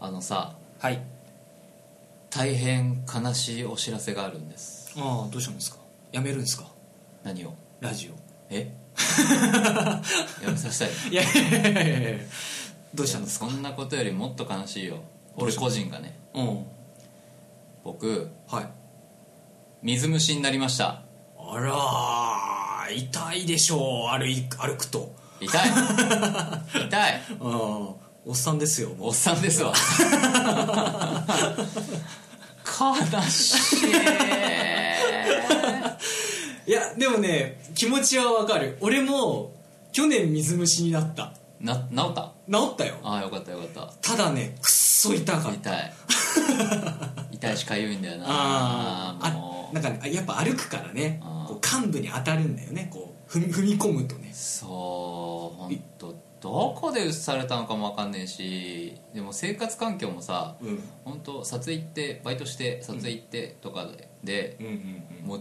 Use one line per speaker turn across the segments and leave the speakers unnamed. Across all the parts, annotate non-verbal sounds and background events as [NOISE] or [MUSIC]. あのさ
はい
大変悲しいお知らせがあるんです
ああどうしたんですかやめるんですか
何を
ラジ
え [LAUGHS] やめさせたい
オいやいやいやいやいやどうしたんですか
かそんなことよりもっと悲しいよ俺個人がね
うん
僕
はい
水虫になりました
あらー痛いでしょう歩い歩くと
痛い痛い
うんおっさんですよも
お
う
っさんですわ悲しい
いやでもね気持ちはわかる俺も去年水虫になった
な治った
治ったよ
ああよかったよかった
ただねくっそ痛かった
痛い痛いしかゆいんだよな
あー
も
あ
う
なんか、ね、あやっぱ歩くからね
あー
こう幹部に当たるんだよねこう踏み踏み込むとね
そう本当どこで移されたのかもわかんねえしでも生活環境もさ
うんうん
本当撮影行ってバイトして撮影行ってとかで,、で
うんうん
もう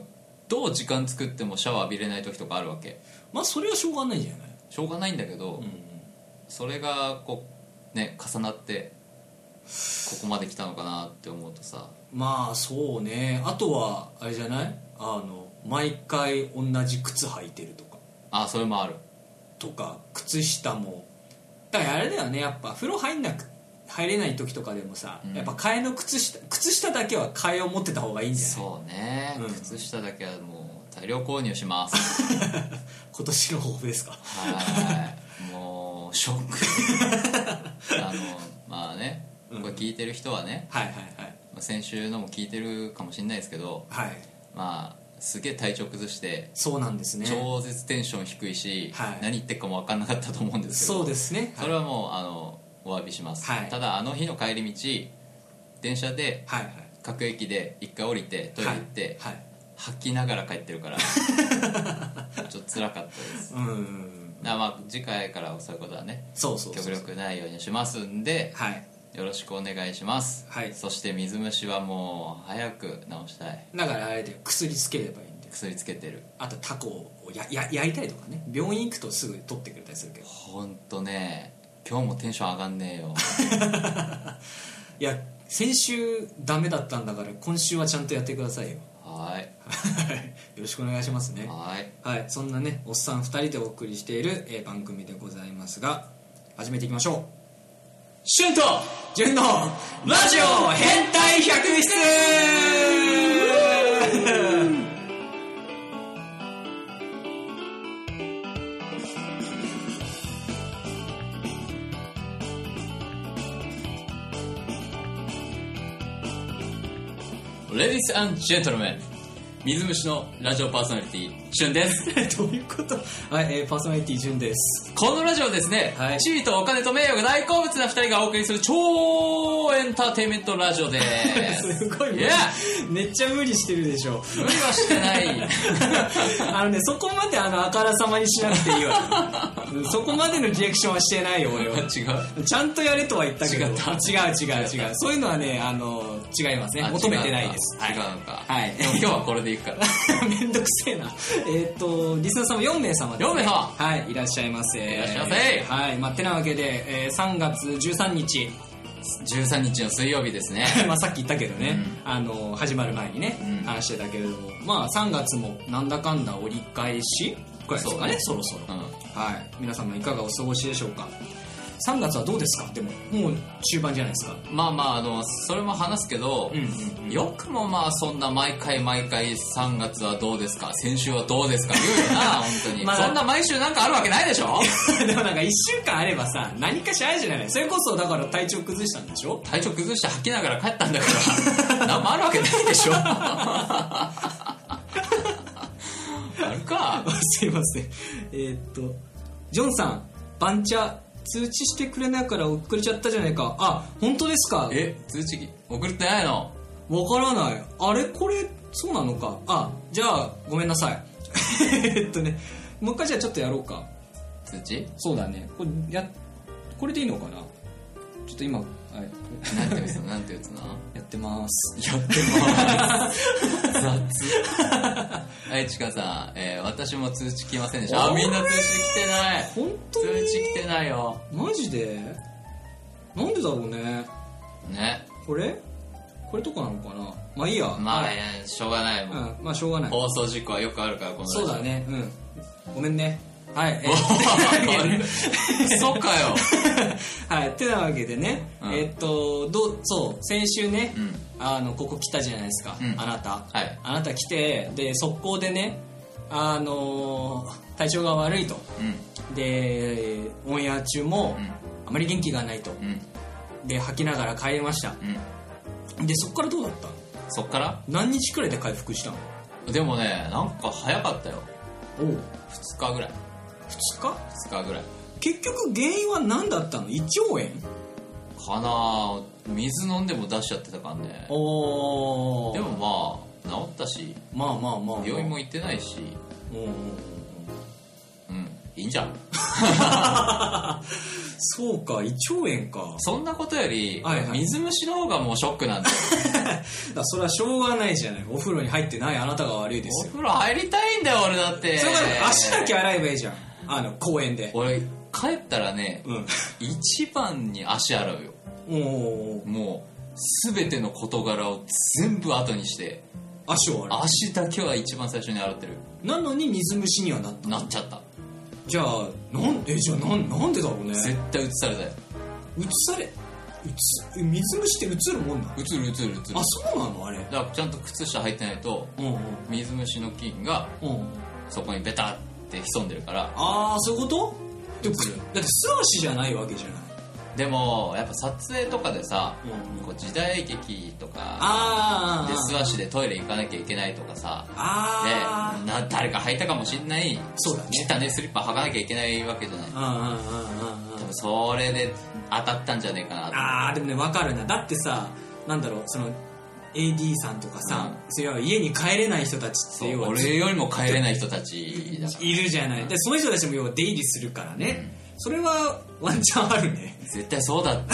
どう時間作ってもシャワー浴びれない時とかあるわけ
まあそれはしょうがないじゃない
しょうがないんだけど、それがこうね重なってここまで来たのかなって思うとさ
まあそうねあとはあれじゃないあの毎回同じ靴履いてるとか
あそれもある
とか靴下もだからあれだよねやっぱ風呂入んなく入れない時とかでもさ、
うん
やっぱ替えの靴下靴下だけは替えを持ってた方がいいんじゃない
そうね、
うん
靴下だけはもう大量購入します
今年の抱負ですか
はいもうショックあのまあねこれ聞いてる人はね、
はいはい
まあ先週のも聞いてるかもしれないですけど
はいはい
まあすげえ体調崩して
そうなんですね
超絶テンション低いし、
はい
何言ってるかも分かんなかったと思うんですけど
そうですね
それはもうあのお詫びします、
はい
ただあの日の帰り道電車で
はいはい
各駅で一回降りてトイレ行って、
はい、はい
吐きながら帰ってるからちょっと辛かったです
うんうんうん
だからまあ次回からはそういうことはね
そうそうそう
極力ないようにしますんで
はい
よろしくお願いします、
はい
そして水虫はもう早く治したい
だからあれで薬つければいいんで
薬つけてる
あとタコをやや焼いたりとかね病院行くとすぐ取ってくれたりするけど
ほんとね今日もテンション上がんねえよ
いや先週ダメだったんだから今週はちゃんとやってくださいよ
はーい
はいよろしくお願いしますね
はーい
はいそんなねおっさん2人でお送りしている、えー番組でございますが始めていきましょうシュンとジュンのラジオ変態百室
レディスジェントルメン水虫のラジオパーソナリティしゅんです
[LAUGHS] どういうことはい、えーパーソナリティジュンです
このラジオはですね、
はい
地位とお金と名誉が大好物な二人がお送りする超エンターテインメントラジオです
すごい
い
ね
や
めっちゃ無理してるでしょ [LAUGHS]
無理はしてない
あのね、そこまであの、あからさまにしなくてい
[LAUGHS]
いわ。うんそこまでのリアクションはしてないよ、俺は。
違う
ちゃんとやれとは言ったけど。
違った
違う違う違う。そういうのはね、あの、違いますね。
あ
求めてないです。
違うのか違うのか、
はい
でも今日はこれでいくから
[LAUGHS] めんどくせえな。えっ、と、リスナー様4名様です、
4名様
はい、いらっしゃいませ。
いらっしゃいませ
はい、まあ、てなわけで、えー3月13日、
13日の水曜日ですね
[LAUGHS] まあさっき言ったけどね、あの、始まる前にね、
うん
話してたけれども、まあ3月もなんだかんだ折り返しくらいですかね、そろそろ。
う
はい、皆様いかがお過ごしでしょうか3月はどうですかでももう終盤じゃないですか [LAUGHS]
んまあまああのそれも話すけど、
ん
よくもまあそんな毎回毎回3月はどうですか先週はどうですか言う
[LAUGHS]
よな本当に、
まあ
そんな毎週なんかあるわけないでしょ
でもなんか1週間あればさ何かしらあるじゃないそれこそだから体調崩したんでしょ [LAUGHS]
体調崩して吐きながら帰ったんだから何もあるわけないでし
[LAUGHS]
ょあるか
あすいませんえーっとジョンさん番茶通知してくれないから遅れちゃったじゃないかあ本当ですか
え通知機送ってないの
わからないあれこれそうなのかあじゃあごめんなさい [LAUGHS] えーっとねもう一回じゃあちょっとやろうか
通知
そうだねこれやこれでいいのかなちょっと今、はい、 [LAUGHS]
なんて打つのなんて打つの
やってます
やってまーす雑はいちかさん、えー私も通知来ませんでしたあみんな通知来てない
本
通知来てないよ
当マジでなんでだろうね
ね。
これこれとかなのかなまあいいや
まあ、
はい
いやしょうがないもん。
うん、まあしょうがない
放送事故はよくあるから、この
そうだねうんごめんねはい、え
ラジオ。
ー
[LAUGHS] そっ
[LAUGHS]
かよ。
はい、てなわけでね、
うん
えっとどうそう先週ね、
うん
あのここ来たじゃないですか、
うん
あなた、
はい
あなた来てで速攻でねあのー体調が悪いと
う
でオンエア中も、
うん
あまり元気がないと
ん、うん、
で吐きながら帰りました
うん。
でそっからどうだったの
そっから
何日くらいで回復したの
でもね、なんか早かったよ。
お2
2日ぐらい。
日
2日ぐらい。
結局原因は何だったの胃腸炎
かなぁ水飲んでも出しちゃってたからね。
おー
でもまあ、治ったし、
まあまあまあ
病院も行ってないし、
おー
うん、いいんじゃん。
そうか胃腸炎か
そんなことより、
はいはい
水虫の方がもうショックなんだよ。
だからそれはしょうがないじゃないお風呂に入ってないあなたが悪いで
お
すよ
風呂入りたいんだよ、俺だって。
それから足だけ洗えばいいじゃんあの公園で
俺、帰ったらね、
うん
一番に足洗うよ。
おお
もう、すべての事柄を全部後にして、
足を洗う
足だけは一番最初に洗ってる。
なのに水虫にはなった
なっちゃった。
じゃあなんえじゃあなんなんでだろうね
絶対移されたよ。
うつされうつえ水虫ってうつるもんなの
移る移る移る。
あそうなのあれ
だからちゃんと靴下履いてないと、
うんうん
水虫の菌が
うん
そこにベタって潜んでるから。
ああそういうことでも
うつる
だって素足じゃないわけじゃない
でも、やっぱ撮影とかでさ、
うん
こう時代劇とか、
あ
で素
あ
足でトイレ行かなきゃいけないとかさ、で
ああ
な誰か履いたかもしんない
そうだね
汚ねスリッパ履かなきゃいけないわけじゃない
ああああ
多分それで当たったんじゃねえかなと
あーでもねわかるなだってさなんだろうその AD さんとかさ、
う
それは家に帰れない人たちっ
そ
て
う
要は
俺よりも帰れない人たちだから
いるじゃないでその人たちも要は出入りするからね、それはワンチャンあるね
絶対そうだって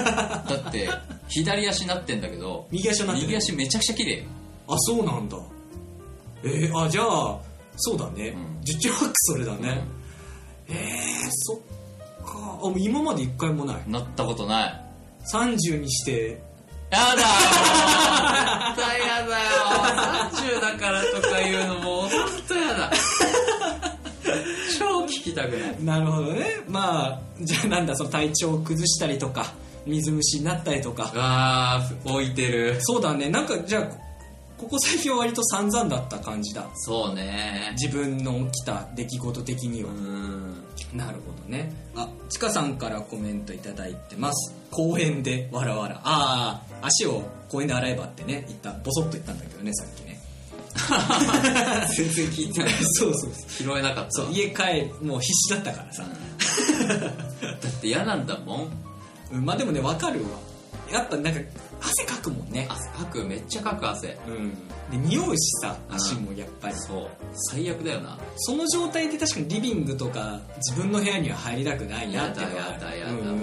だって左足なってんだけど
右足になってる
右足めちゃくちゃ綺麗よ
あそうなんだえー、あじゃあそうだね、
うん
十中八九それだね、えー、そっかあもう今まで一回もない
なったことない
30にして
やだー絶対やだよ30だからとか言うのもう本当やだ超聞きたくない
なるほどねまあじゃあなんだその体調を崩したりとか水虫になったりとか
わあ置いてる
そうだねなんかじゃあここ最近は割と散々だった感じだ
そうね
自分の起きた出来事的には
う、ん
なるほどねあちかさんからコメントいただいてます公園でわらわらああ足を公園で洗えばってね言ったボソッと言ったんだけどねさっき
[LAUGHS]
ね
全然聞いてない
そうそう
拾えなかった
そう家帰もう必死だったからさ、
だって嫌なんだもん
うん、まあでもねわかるわやっぱなんか汗かくもんね
汗かくめっちゃかく汗
うんで匂うしさ足もやっぱり、
そう最悪だよな
その状態で確かにリビングとか自分の部屋には入りたくないなっていうのは
やだやだやだ
うんうんうんうん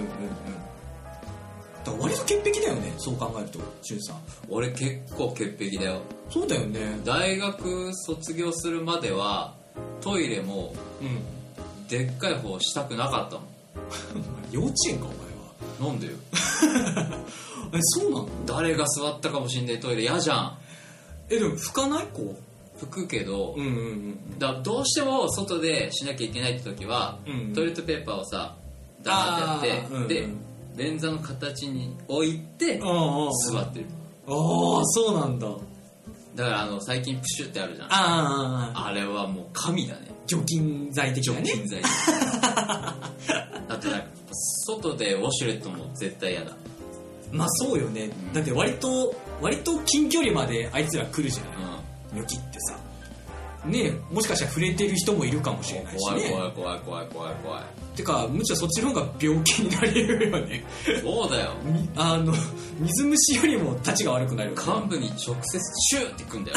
だから割と潔癖だよねそう考えるとしゅんさん
俺結構潔癖だよ
そうだよね
大学卒業するまではトイレも
うん
でっかい方したくなかった
幼稚園かお前
もんなんでよ
はえそうなの
誰が座ったかもしんないトイレ嫌じゃん
えでも拭かないこ
拭くけど
ううんうん
だどうしても外でしなきゃいけないって時は、
うん
トイレットペーパーをさダーンってやって、
あーうん
で便座の形に置いて
ああ
座ってる
ああそうなんだ
だからあの最近プシュってあるじゃんあ
ああ
れはもう神だね
除菌剤的なね
人材だってなんか外でウォシュレットも絶対嫌だ
まあそうよねだって割と割と近距離まであいつら来るじゃない
うん
ニョキってさねえもしかしたら触れてる人もいるかもしれないし
怖い
ね
怖い怖い怖い怖い怖い
てかむしろそっちの方が病気になり得るよね
そうだよ
みあの水虫よりもたちが悪くなるよね
幹部に直接シューってくんだよ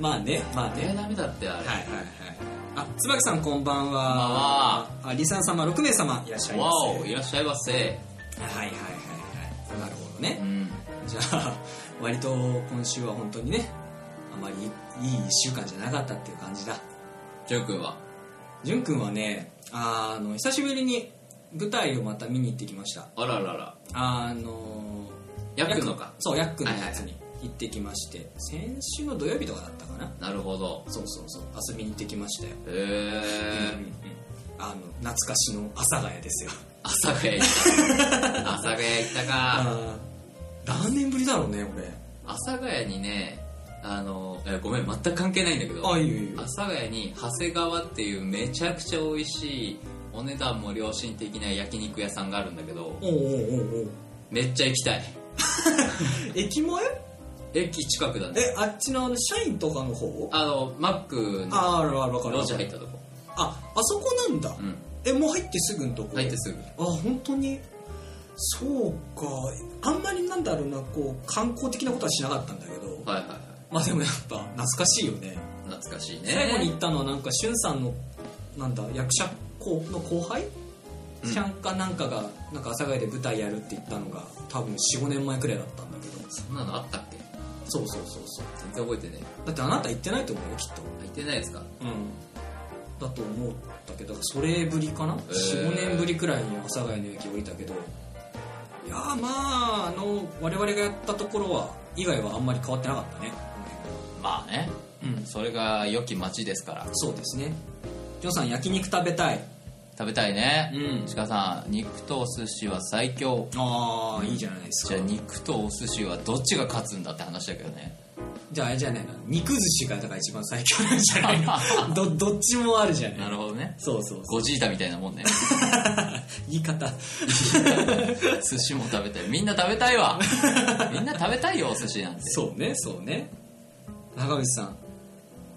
まあねまあ
えーダメだってあれ、
はいはいはいあ椿さんこんばんは
こんばん
あリサン様6名様いらっしゃいま
わ
せ
おいらっしゃいませ
はいはいはいはいなるほど
う
ね、
ん
じゃあ割と今週は本当にねあまりいい1週間じゃなかったっていう感じだ
ジョー君は
じゅんくんはねあの久しぶりに舞台をまた見に行ってきました
あららら
あの
ヤックのか
そうヤックのやつに行ってきまして、先週の土曜日とかだったかな
なるほど
そうそうそう遊びに行ってきましたよ、
へえ
うんうんあの懐かしの阿佐ヶ谷ですよ
阿佐ヶ谷行った阿佐ヶ谷行ったか
あー何年ぶりだろうね
阿佐ヶ谷にねあのえごめん全く関係ないんだけど
俺あいいよいい
阿
よ
佐ヶ谷に長谷川っていうめちゃくちゃ美味しいお値段も良心的な焼肉屋さんがあるんだけど
おうおうおうおう
めっちゃ行きたい
駅前
駅近くだね
えあっちのあの社員とかの方
あのマックの
ああるあるわかる
路地入ったとこ
ああそこなんだ
うん
えもう入ってすぐんとこ
入ってすぐ
あ本当にそうかあんまりなんだろうなこう観光的なことはしなかったんだけど
はいはいはい
まあでもやっぱ懐かしいよね
懐かしいね
最後に行ったのはなんかしゅんさんのなんだ役者こうの後輩
うん
ちゃんかなんかがなんか阿佐ヶ谷で舞台やるって言ったのが多分45年前くらいだったんだけど
そんなのあったっけ
そうそうそうそう
全然覚えてね
だってあなた行ってないと思うよきっと
え行ってないですか
うんだと思ったけどだからそれぶりかな、
えー
45年ぶりくらいに阿佐ヶ谷の駅降りたけどいやーまああの我々がやったところは以外はあんまり変わってなかったね
まあね
うん
それが良き街ですから
そうですねジョンさん焼肉食べたい
食べたいね
うん
ちかさん肉とお寿司は最強
ああいいじゃないです
じ
か
ゃあ肉とお寿司はどっちが勝つんだって話だけど [LAUGHS] ね
じゃああれじゃないな肉寿司がだから一番最強なんじ
[LAUGHS]
ゃないのどどっちもあるじゃない
なるほどね
そうそうそう
ゴジータみたいなもんね [LAUGHS]
言い方
寿司も食べたいみんな食べたいわ
[LAUGHS]
みんな食べたいよお寿司なんて
そうねそうね中口さん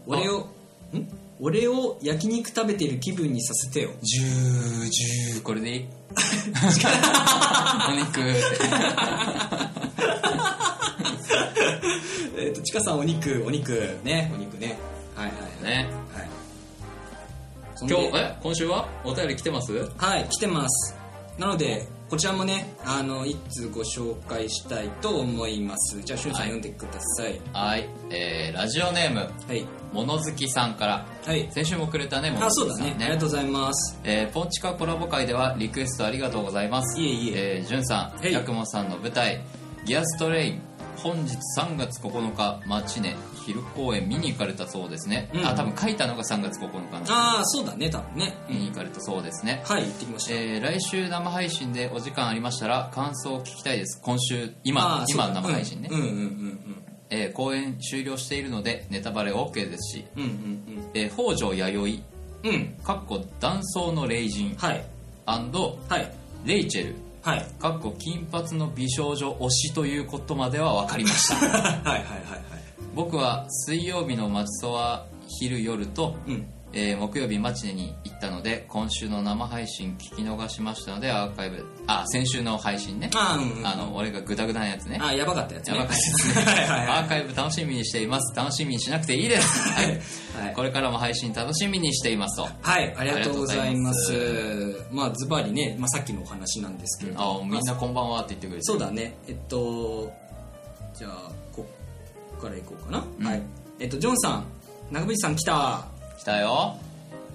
俺をん俺を焼肉食べてる気分にさせてよ
ジュージューこれでい
[LAUGHS]
いお肉って
えっ、とちかさんお肉お肉ねお肉ねはいはいはい、
ね
はい、
今日え今週はお便り来てます
はい来てますなのでこちらもねあの一通ご紹介したいと思いますじゃあしゅんさん
はい
読んでください
はいえー、ラジオネーム
はい
物好きさんから
はい
先週もくれたね物
あ
好
そう
き
だ
さん
ねありがとうございます
えー、ポンチカコラボ会ではリクエストありがとうございます
いえいえ
えー、じゅんさ
は
ん
い
やくもさんの舞台「ギアストレイン」本日3月9日町ね昼公演見に行かれたそうですね、
うん
あ多分書いたのが3月9日なんで
ああそうだね多分ね
見に行かれたそうですね、
はい行ってきました、
えー、来週生配信でお時間ありましたら感想を聞きたいです今週今
あーそう
今
だ
の生配信ね、
うんうんうんうん
えー公演終了しているのでネタバレ OK ですし、
うんうん
えー、北条弥
うんうん
生かっこ断層の霊人
はいはい
レイチェル
はい
かっこ金髪の美少女推しということまでは分かりま
[LAUGHS]
した
はいはいはいはい
僕は水曜日のマチソワ昼夜と、
うん
えー木曜日マチネに行ったので今週の生配信聞き逃しましたのでアーカイブあ先週の配信ね
あーうんうん
あの俺がグダグダなやつね
あーやばかったやつね
やばかったやつ
ねはいはいは
アーカイブ楽しみにしています楽しみにしなくていいです、はい
いはい
これからも配信楽しみにしていますと
はい、ありがとうございま
あ
す
りがと。
まあ、ズバリね、まあ、さっきのお話なんですけれど
あ
も、
みんなこんばんはって言ってくれて
そうだね、えっと、じゃあ、ここからいこうかな。
うん
はい。えっと、ジョンさん、長渕さん来た。
来たよ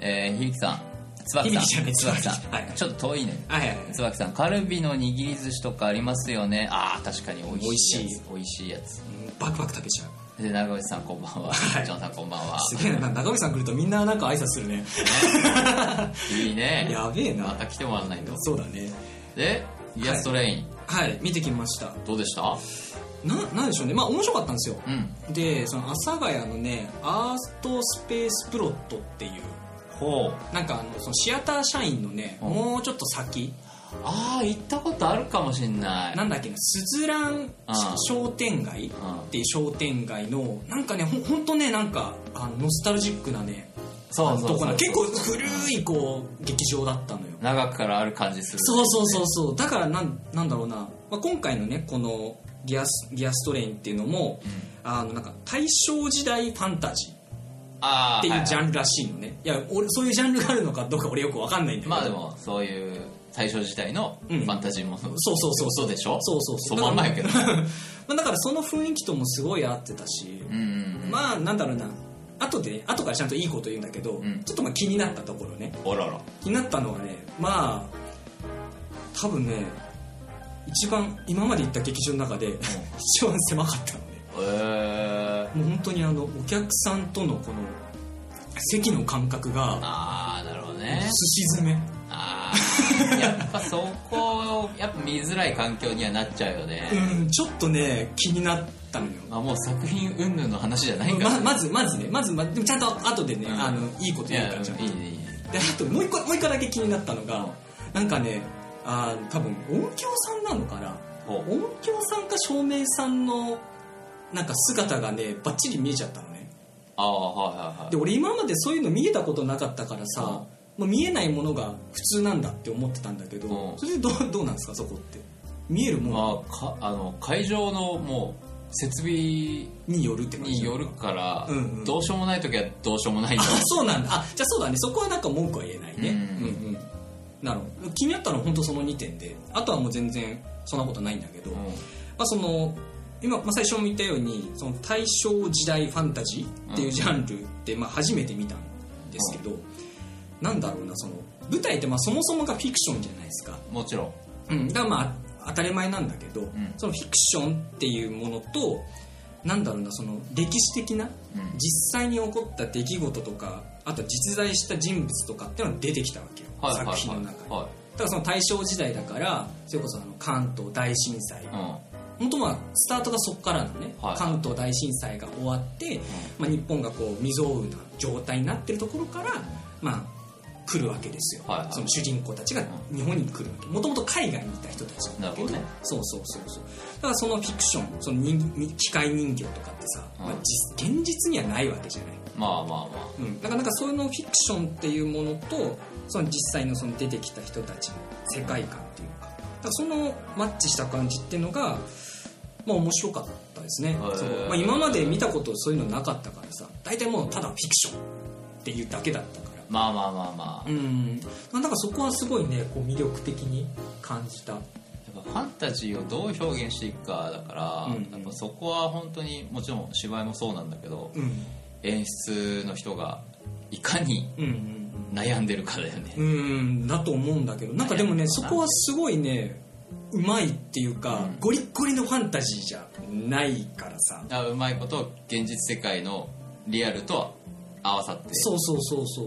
えー、ひびきさん椿
響
さ
さん
ん
ね
椿さん、
はいはい
ちょっと遠いね
はいはいはい。
椿さんカルビの握り寿司とかありますよねああ確かに美味しいやつ美味しいやつ
うんバクバク食べちゃう。
で長渕さんこんばんは、ジョンさんこんばん
[LAUGHS]
は
すげえな、長渕さん来るとみんななんか挨拶するね。
いいね
やべえ
ま
な。
た来てもらわないと
そうだね。
でギアストレイン、
はい、見てきました。
どうでした
な、なんでしょうね。まあ、面白かったんですよ。
うん
で、その、阿佐ヶ谷のね、アーストスペースプロットっていう、
ほう
なんかあの、そのシアター社員のね、
うん
もうちょっと先、
ああ行ったことあるかもしんない
なんだっけな、すずらん
ああ
商店街
ああ
っていう商店街の、なんかね、ほほんとね、なんか、あのノスタルジックなね、
そうそうそ
と
う
こな結構古い、こう、劇場だったのよ。
長くからある感じする
そうそうそうそう。だからなん、なんだろうな、まあ、今回のね、このギアス、ギアストレインっていうのも、あの、なんか、大正時代ファンタジー
ああ
っていうジャンルらしいのね。いや、俺、そういうジャンルがあるのかどうか俺よくわかんないんだけど。
まあでもそういう大正時代のフ
うん
ァンタジーもの、
そうそうそうそう
でしょ
そうそうそ
そ
う
のまんまやけど
まあだからその雰囲気ともすごい合ってたし、
うんうん
まあなんだろうな後で後からちゃんといいこと言うんだけど、
うん
ちょっとまあ気になったところね
うんあらら
気になったのはねまあ多分ね一番今まで行った劇場の中で一番狭かったのね
え
もう本当にあのお客さんとのこの席の感覚が
ああなるほどね
すし詰め
ああやっぱそこやっぱ見づらい環境にはなっちゃうよね、
うんちょっとね気になったのよ
まあ、もう作品云々の話じゃないから、
ままずまずねまずまでもちゃんと後でね、
うん
あのいいこと
い
言う
や
か
い
らちゃんと
いねいいね
であともう一個もう一個だけ気になったのがなんかねあー多分音響さんなのかな
ほう
音響さんか照明さんのなんか姿がねバッチリ見えちゃったのね
ああはいはいはい
で俺今までそういうの見えたことなかったからさ、
うん
もう見えないものが普通なんだって思ってたんだけど、
うん
それでどうどうなんですかそこって見えるも
まあ、かあの会場のもう設備
のによるって感じ
によるから、
うんうん
どうしようもない時はどうしようもないん
あ
だ
そうなんだあじゃあそうだねそこはなんか文句は言えないね
うん
うんうんなるほど気になったのは本当その2点であとはもう全然そんなことないんだけど、
うん
まあ、その今、まあ、最初も言ったようにその大正時代ファンタジーっていうジャンルって、まあ、初めて見たんですけど、なんだろうなその舞台ってまあそもそもがフィクションじゃないですか、
もちろん
うん、だからまあ当たり前なんだけど、
ん
そのフィクションっていうものとなんだろうなその歴史的な
うん
実際に起こった出来事とかあと実在した人物とかっていうのが出てきたわけよ、
はいはい
作品の中に、
は
だからその大正時代だからそれこそあの関東大震災、
い、はい
本当まあスタートがそこからのね、
はい
関東大震災が終わって、まあ、日本がこう未曾有な状態になってるところから、まあ、来るわけですよ、
はいはい
その主人公たちが日本に来るわけもともと海外にいた人たちんだけ
なるほどね
そうそうそうそうだからそのフィクションその人機械人形とかってさ、
うん
まあ、実現実にはないわけじゃない
うん、まあまあまあ
うん、だからなんかそういうのフィクションっていうものとその実際のその出てきた人たちの世界観っていうかだからそのマッチした感じっていうのが、まあ、面白かったですね、
ー
そこまあ、今まで見たことそういうのなかったからさ大体もうただフィクションっていうだけだったから
まあまあまあまあ
うんなんかそこはすごいねこう魅力的に感じた
やっぱファンタジーをどう表現していくかだから、
うんうん
やっぱそこは本当にもちろん芝居もそうなんだけど
うん
演出の人がいかに
うんうん
悩んでるかだよね、
うんだと思うんだけどなんかでもねそこはすごいねうまいっていうか、
うん
ゴリッゴリのファンタジーじゃないからさ
だからうまいこと現実世界のリアルとは合わさって
そうそうそうそう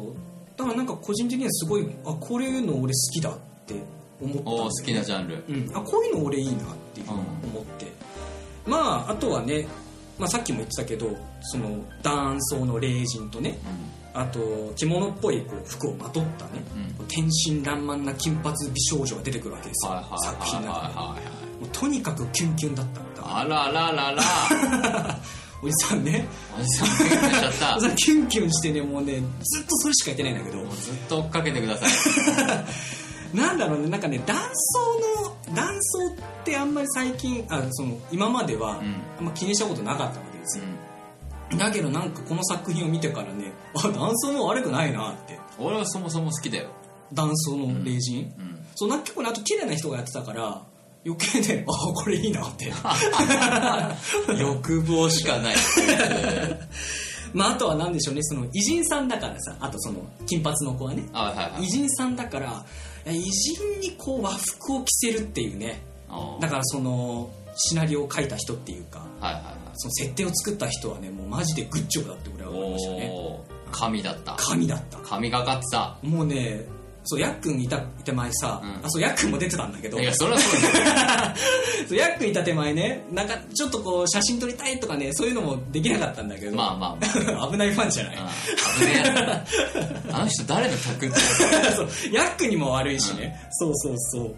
だからなんか個人的にはすごいあこういうの俺好きだって思ったんだよね
おー好きなジャンル、
うん、あこういうの俺いいなっていうのを思って、まああとはね、まあ、さっきも言ってたけどその男装の霊人とね
う
あと着物っぽいこう服をまとったね、
んうん
天真爛漫な金髪美少女が出てくるわけですよ
はいはい
作品の
は
中
い
で
はいはい
もうとにかくキュンキュンだったんだ
あらららら
おじさんね
おじさんびっくりしちゃった
おじさんキュンキュンしてねもうねずっとそれしか言ってないんだけど
もうずっと追っかけてください
なんだろうねなんかね男装の男装ってあんまり最近あその今までは
うん
あんま気にしたことなかったわけですよ、だけどなんかこの作品を見てからねあ男装も悪くないなって
うん俺はそもそも好きだよ
男装の霊人、
うん
そうなんか結構ねあと綺麗な人がやってたから余計ねあこれいいなって
[LAUGHS] 欲望しかない
[LAUGHS] まああとは何でしょうねその偉人さんだからさあとその金髪の子はね
あはいはいは
偉
い
人さんだからいや偉人にこう和服を着せるっていうね
あー
だからそのシナリオを書いた人っていうか
はいはいはい
その設定を作った人はねもうマジでグッジョブだって俺は思いましたね
おー神だった
神だった
神がかってた
もうねそうやっくんいたいた前さ、
うん
あそうやっくんも出てたんだけど
いやそれは
[LAUGHS]
そうだよ
そうやっくんいた手前ねなんかちょっとこう写真撮りたいとかねそういうのもできなかったんだけど、
まあまあま
[LAUGHS] 危ないファンじゃない、
あうん危ねえやつだあの人誰の客って
そうヤックにも悪いしね、そうそうそう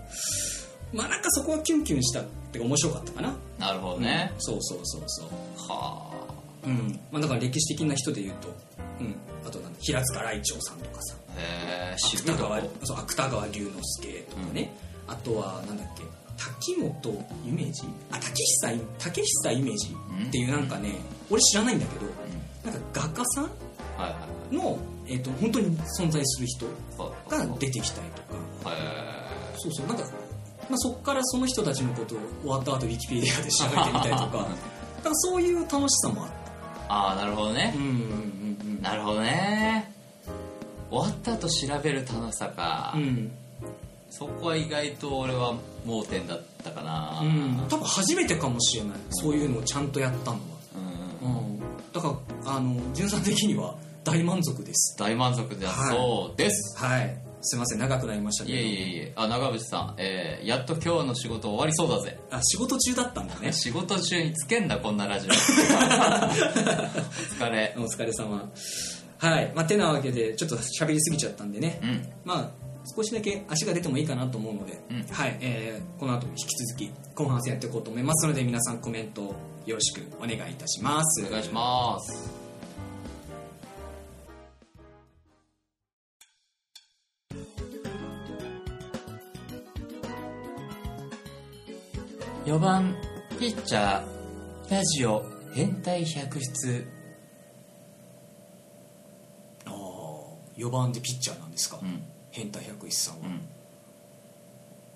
まあなんかそこはキュンキュンしたってか面白かったかな
なるほどね
そうそうそうそう
は
うんまあだから歴史的な人で言うと、うん、あとなんだ平塚来長さんとかさ
あへえ渋
芥
いとこ
川そう芥川龍之介とかね、あとはなんだっけ滝本イメージあ竹久イ竹久イメージ
うん
っていうなんかね俺知らないんだけど
うん
なんか画家さん
はいはいはい
の、えー、と本当に存在する人
そう
が出てきたりとか
へ
そうそうなんか、まあ、そこからその人たちのことを終わった後ウィキペディアで調べてみたりと [LAUGHS] かなんかそういう楽しさもあっ
ー
た
ああなるほどね
うんうんうん
なるほどね終わった後調べる楽しさか、
うんうん
そこは意外と俺は盲点だったかな
うん、多分初めてかもしれないそういうのをちゃんとやったの
うんうん
は、うん、だからあの純さん的には大満足です
大満足だ
はい
そうです、
はいすいません長くなりましたけ
い、
ど
えいえいえあ長渕さん、えーやっと今日の仕事終わりそうだぜ
あ仕事中だったんだね
仕事中につけんだこんなラジオ [LAUGHS] お疲れ
お疲れ様はいまあてなわけでちょっと喋りすぎちゃったんでね、
うん
まあ少しだけ足が出てもいいかなと思うので、
うん
はい、えーこの後も引き続き後半戦やっていこうと思いますので皆さんコメントをよろしくお願いいたします
お願いします4番ピッチャーラジオ変態百出
あー4番でピッチャーなんですか、
うん
変態百一さんは、
うん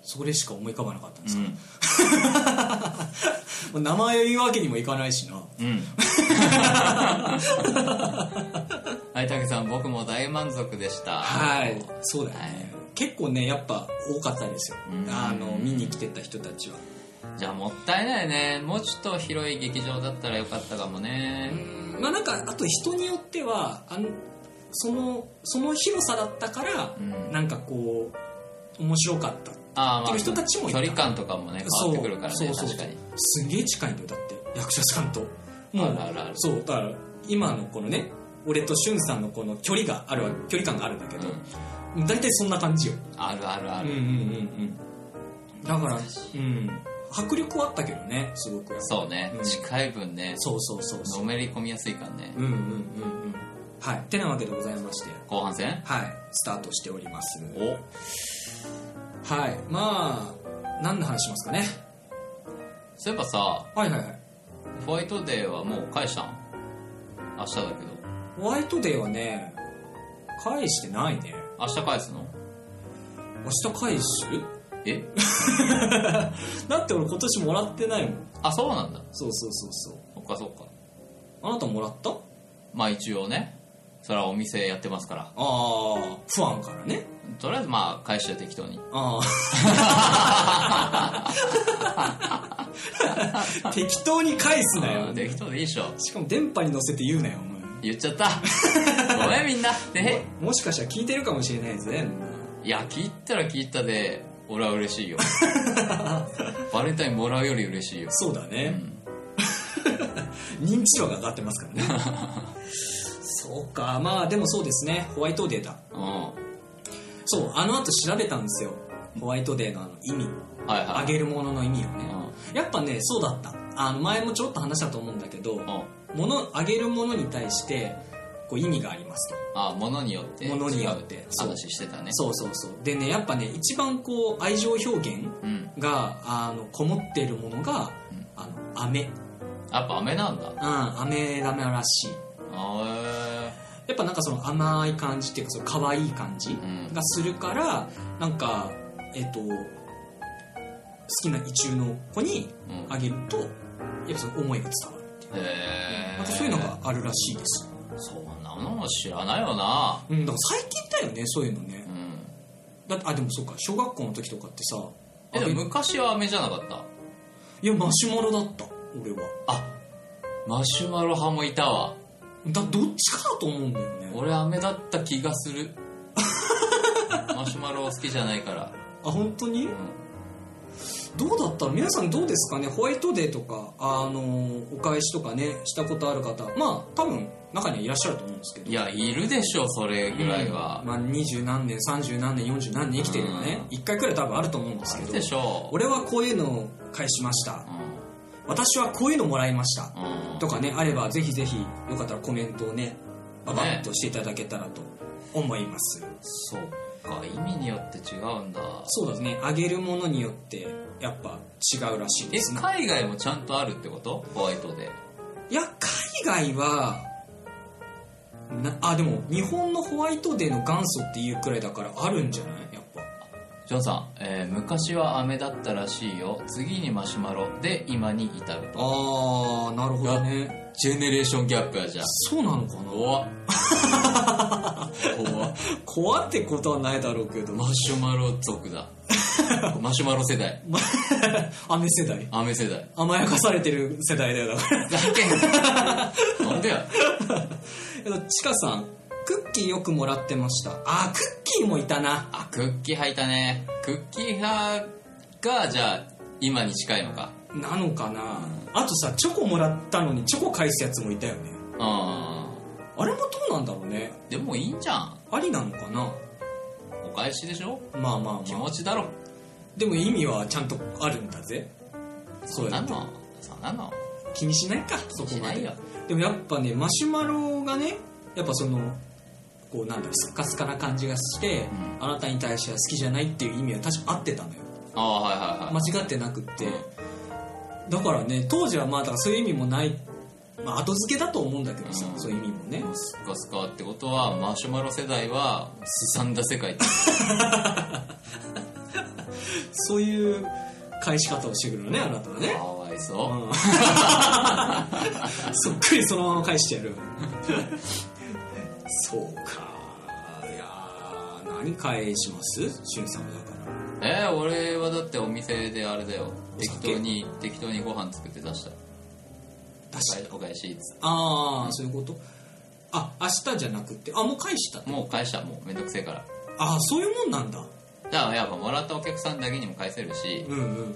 それしか思い浮かばなかったんです
うん
か、もう名前を言うわけにもいかないしな
うん。はい、たけさん、僕も大満足でした。
はいそうだよね、
はい
結構ねやっぱ多かったですよ
うん
あの見に来てた人たちは
じゃあ、もったいないね。もうちょっと広い劇場だったらよかったかもね。
まあなんかあと人によってはあのそのその広さだったから、
うん
なんかこう面白かった
ああ、ま
で
あ、
も人たちもいた
距離感とかもね、変わってくるからね、
そうそう
確
そ
か
う
に。
すんげえ近いんだよだって役者さんとも
あ
う
るあるある
そうだから今のこのね俺としゅんさんのこの距離があるわ距離感があるんだけど、大体そんな感じよ
あるあるあ
うん
る。
うんうんうんだからうん迫力はあったけどねすごく
そうね、
うん
近い分ね、
そうそうそうそ
のめり込みやすいからね
う。うんうんうんうんはいてなわけでございまして
後半戦
はいスタートしております
お
はいまあ何の話しますかね
そういえばさ、
はいはいはい
ホワイトデーはもう返したん明日だけど。
ホワイトデーはね返してないね
明日返すの
明日返す
え
だって俺今年もらってないもん
あ、そうなんだ。
そうそうそうそう
そっかそっか。
あなたもらったあ
まあ一応ね、それはお店やってますから。
あ不安からね
とりあえずまあ返して適当に。
ああ適当に返すな
う
よ
ん適当でいいでしょ。
しかも電波に乗せて言うなよお
言っちゃ
[LAUGHS]
った。ごめんみんな。
前
で、
ももしかしたら聞いてるかもしれないぜ
いや、聞いたら聞いたで、俺は嬉しいよ。バレンタインもらうより嬉しいよ。
そうだ
う
ね、
ん。
認知度が上がってますからねそうかまあでもそうですねホワイトデーだ
うん。は
そうあの後調べたんですよホワイトデーのあの意味
いは
あ
い。
げるものの意味を
う
ね
ん。
やっぱねそうだったあの前もちょっと話したと思うんだけど
うん。
物あげるものに対してこう意味がありますと
あ、ものによって。
物によって
違う
そう
話してたね。
そうそうそうでねやっぱね一番こう愛情表現
うん。
があのこもっているものが、
うん
あの飴うん
やっぱ飴なんだ。
飴ラメらしい
あ
やっぱなんかその甘い感じっていうかその可愛い感じ
ーうん。
がするからなんかえっ、と好きな意中の子に
うん。
あげるとやっぱその思いが伝わるっていう
へー
なんかそういうのがあるらしいです
そんなの知らないよな。
うんだから最近だよねそういうのね
うん。
だってあでもそうか小学校の時とかってさ
え
あ
で
げ
も昔は飴じゃなかった
いやマシュマロだった俺は
あマシュマロ派もいたわ
だどっちかだと思うんだよね
俺飴だった気がす [LAUGHS] るマシュマロ好きじゃないから、
あ本当に
う
どうだったの皆さんどうですかねホワイトデーとか、あのーお返しとかねしたことある方まあ多分中にはいらっしゃると思うんですけど
ん、いやいるでしょそれぐらいは、
まあ、20何年30何年40何年生きてるのね一回くらい多分あると思うんです
あ
け
る
ど
でしょ
俺はこういうのを返しました
う、うん
私はこういうのもらいました
うん、
とかねあればぜひぜひよかったらコメントをねババッとしていただけたらと思います、
そうか意味によって違うんだ
そうだねあげるものによってやっぱ違うらしい
え
ですね
海外もちゃんとあるってことホワイトで
いや海外はなあでも日本のホワイトデーの元祖っていうくらいだからあるんじゃないやっぱ
ジョンさん、えー昔は飴だったらしいよ次にマシュマロで今に至ると
ああなるほどね
ジェネレーションギャップやじゃあ
そうなのかな
怖っ [LAUGHS] 怖っ
怖ってことはないだろうけど、ま
マシュマロ族 [LAUGHS] だマシュマロ世代
あ、飴世代
飴世代
甘やかされてる世代だよだから
だけんなんでや
[LAUGHS] えっとちかさんクッキーよくもらってましたあークッキーもいたな
あクッキー派いたねクッキー派がじゃあ今に近いのか
なのかなあとさチョコもらったのにチョコ返すやつもいたよね
う
あれもどうなんだろうね
んでもいいんじゃん
ありなのかな
お返しでしょ
まあまあま
気
あ
持ちだろ
でも意味はちゃんとあるんだぜ
そうなのそうなの
気にしないかそこ
し
ま
ない
で
よ
でもやっぱねマシュマロがねやっぱそのこうなんだろうスッカスカな感じがして、
う
あなたに対しては好きじゃないっていう意味は確か合ってたのよ
ああはいはいはい、
間違ってなくって、だからね当時はまあだからそういう意味もない、まあ、後付けだと思うんだけどさ、
うん
そういう意味もね
もうスカスカってことはマシュマロ世代はすさんだ世界って
そういう返し方をしてくるのねあなたはね
かわいそう、
[LAUGHS] うんそっくりそのまま返してやるそうかいやー何返しますしゅんさんはだから
えー俺はだってお店であれだよ
お
適
酒
当に適当にご飯作って出した
確かに
お返しっつっ
ああそういうことあ明日じゃなくてあもう返した
てもう返したもうめんどくせえから
ああそういうもんなんだ
だからやっぱもらったお客さんだけにも返せるし
うんうんうんうん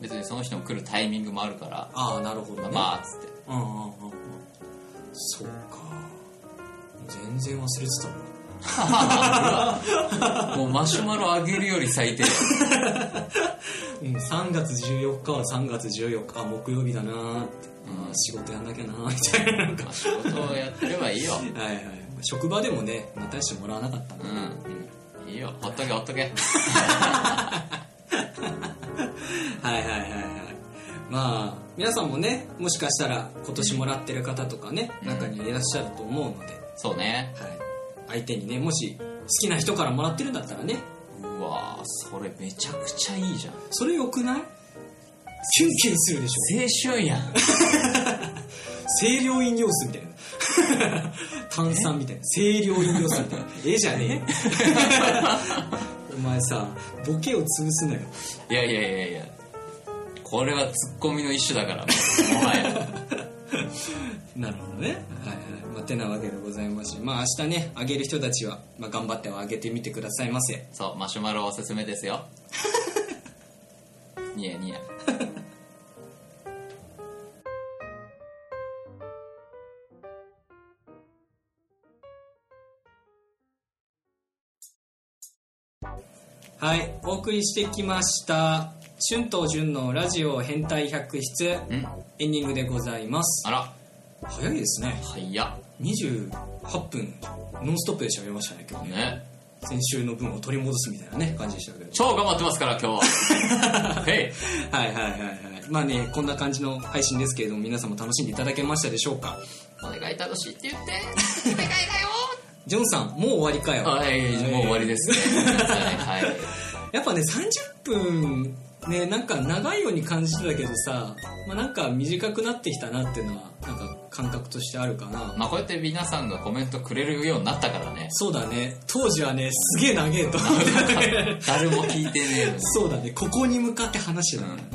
別にその人も来るタイミングもあるから
ああなるほど
まあ
ね、
まあっつって
うんうんうんうんそうか全然忘れてたの
もうマシュマロあげるより
[LAUGHS]
最低
うん、3月14日は3月14日あ木曜日だなーって、
うん
あー仕事やんなきゃなーみたいななんか
まあ仕事をやってればいいよ
はいはい職場でもねまあ大してもらわなかったな、
うんいいよほっとけほっとけ
はいはいはいはいまあ皆さんもねもしかしたら今年もらってる方とかね、
うん
中にいらっしゃると思うので、はい、
そうね
相手にねもし好きな人からもらってるんだったらね
うわーそれめちゃくちゃいいじゃん
それよくないキュンキュンするでしょ
青春やん
清涼飲料水みたいな [LAUGHS] 炭酸みたいな清涼飲料水みたいな [LAUGHS] ええじゃねえ [LAUGHS] お前さボケを潰すなよ
いやいやいやいやこれはツッコミの一種だからもはや
なるほどね。はいはい。まあ、てなわけでございまして、まあ明日ね、あげる人たちは、まあ頑張ってはあげてみてくださいませ。
そうマシュマロおすすめです
[LAUGHS]
よニヤニヤ
はい。お送りしてきました、春と純のラジオ変態百室、エ
うん
ンディングでございます。
あら
早いですね。
早っ
28分、ノンストップで喋りましたね、今日ね。
ね
先週の分を取り戻すみたいなね、感じでしたけど。
超頑張ってますから今日 [LAUGHS] はへい
[LAUGHS] はいはいはいはい。まあね、こんな感じの配信ですけれども、皆さんも楽しんでいただけましたでしょうか。
お願い楽しいって言って
ジョンさん、もう終わりかよ。
はいもう終わりですねはい、はい、
やっぱね30分ねなんか長いように感じてたけどさ、まあ、なんか短くなってきたなっていうのはなんか感覚としてあるかな、
まあこうやって皆さんがコメントくれるようになったから [LAUGHS] ね
そうだね当時はねすげえ長え
[LAUGHS]
と思って
誰も聞いてねえのに
そうだねここに向かって話してたからね、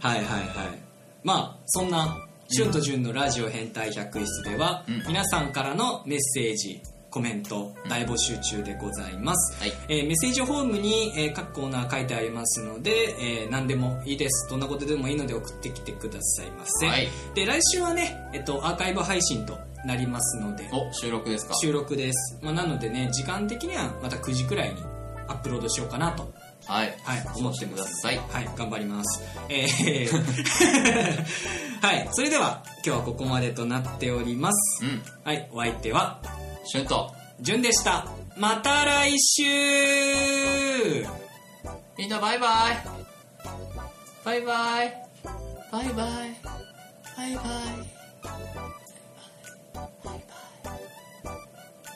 はいはいはいまあそんな「旬と旬のラジオ変態百室」では、
うん
皆さんからのメッセージコメント大募集中でございます、
はい
えーメッセージフォームに、えー各コーナー書いてありますので、えー何でもいいですどんなことでもいいので送ってきてくださいませ、
はい
で来週はね、えっと、アーカイブ配信となりますので
お収録ですか
収録です、まあ、なのでね時間的にはまた9時くらいにアップロードしようかなと
はい
はい、
思ってください
はい、頑張ります。え [LAUGHS] ーはい、それでは今日はここまでとなっております。
うん
はい、お相手は、
シュンと
じゅんでした。また来週
みんなバイバイバイバイバイバイバイバイバイ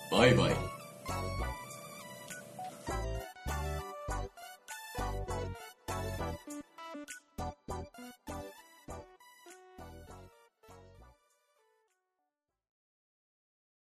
バイバイバイ